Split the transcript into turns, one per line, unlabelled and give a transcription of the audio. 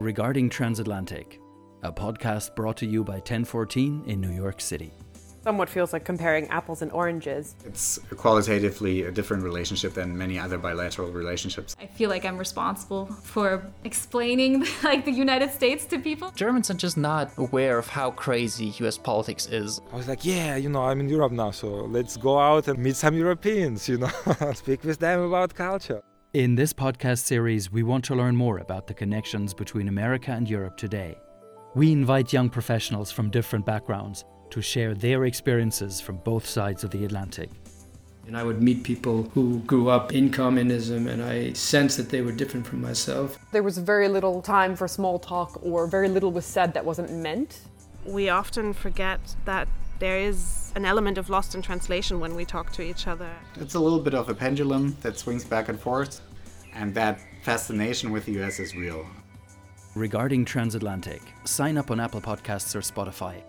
Regarding Transatlantic, a podcast brought to you by 1014 in New York City.
somewhat feels like comparing apples and oranges.
It's qualitatively a different relationship than many other bilateral relationships.
I feel like I'm responsible for explaining like the United States to people.
Germans are just not aware of how crazy US politics is.
I was like, yeah, you know, I'm in Europe now, so let's go out and meet some Europeans, you know, speak with them about culture.
In this podcast series, we want to learn more about the connections between America and Europe today. We invite young professionals from different backgrounds to share their experiences from both sides of the Atlantic.
And I would meet people who grew up in communism, and I sensed that they were different from myself.
There was very little time for small talk, or very little was said that wasn't meant.
we often forget that there is an element of lost in translation when we talk to each other.
It's a little bit of a pendulum that swings back and forth, and that fascination with the US is real.
Regarding Transatlantic, sign up on Apple Podcasts or Spotify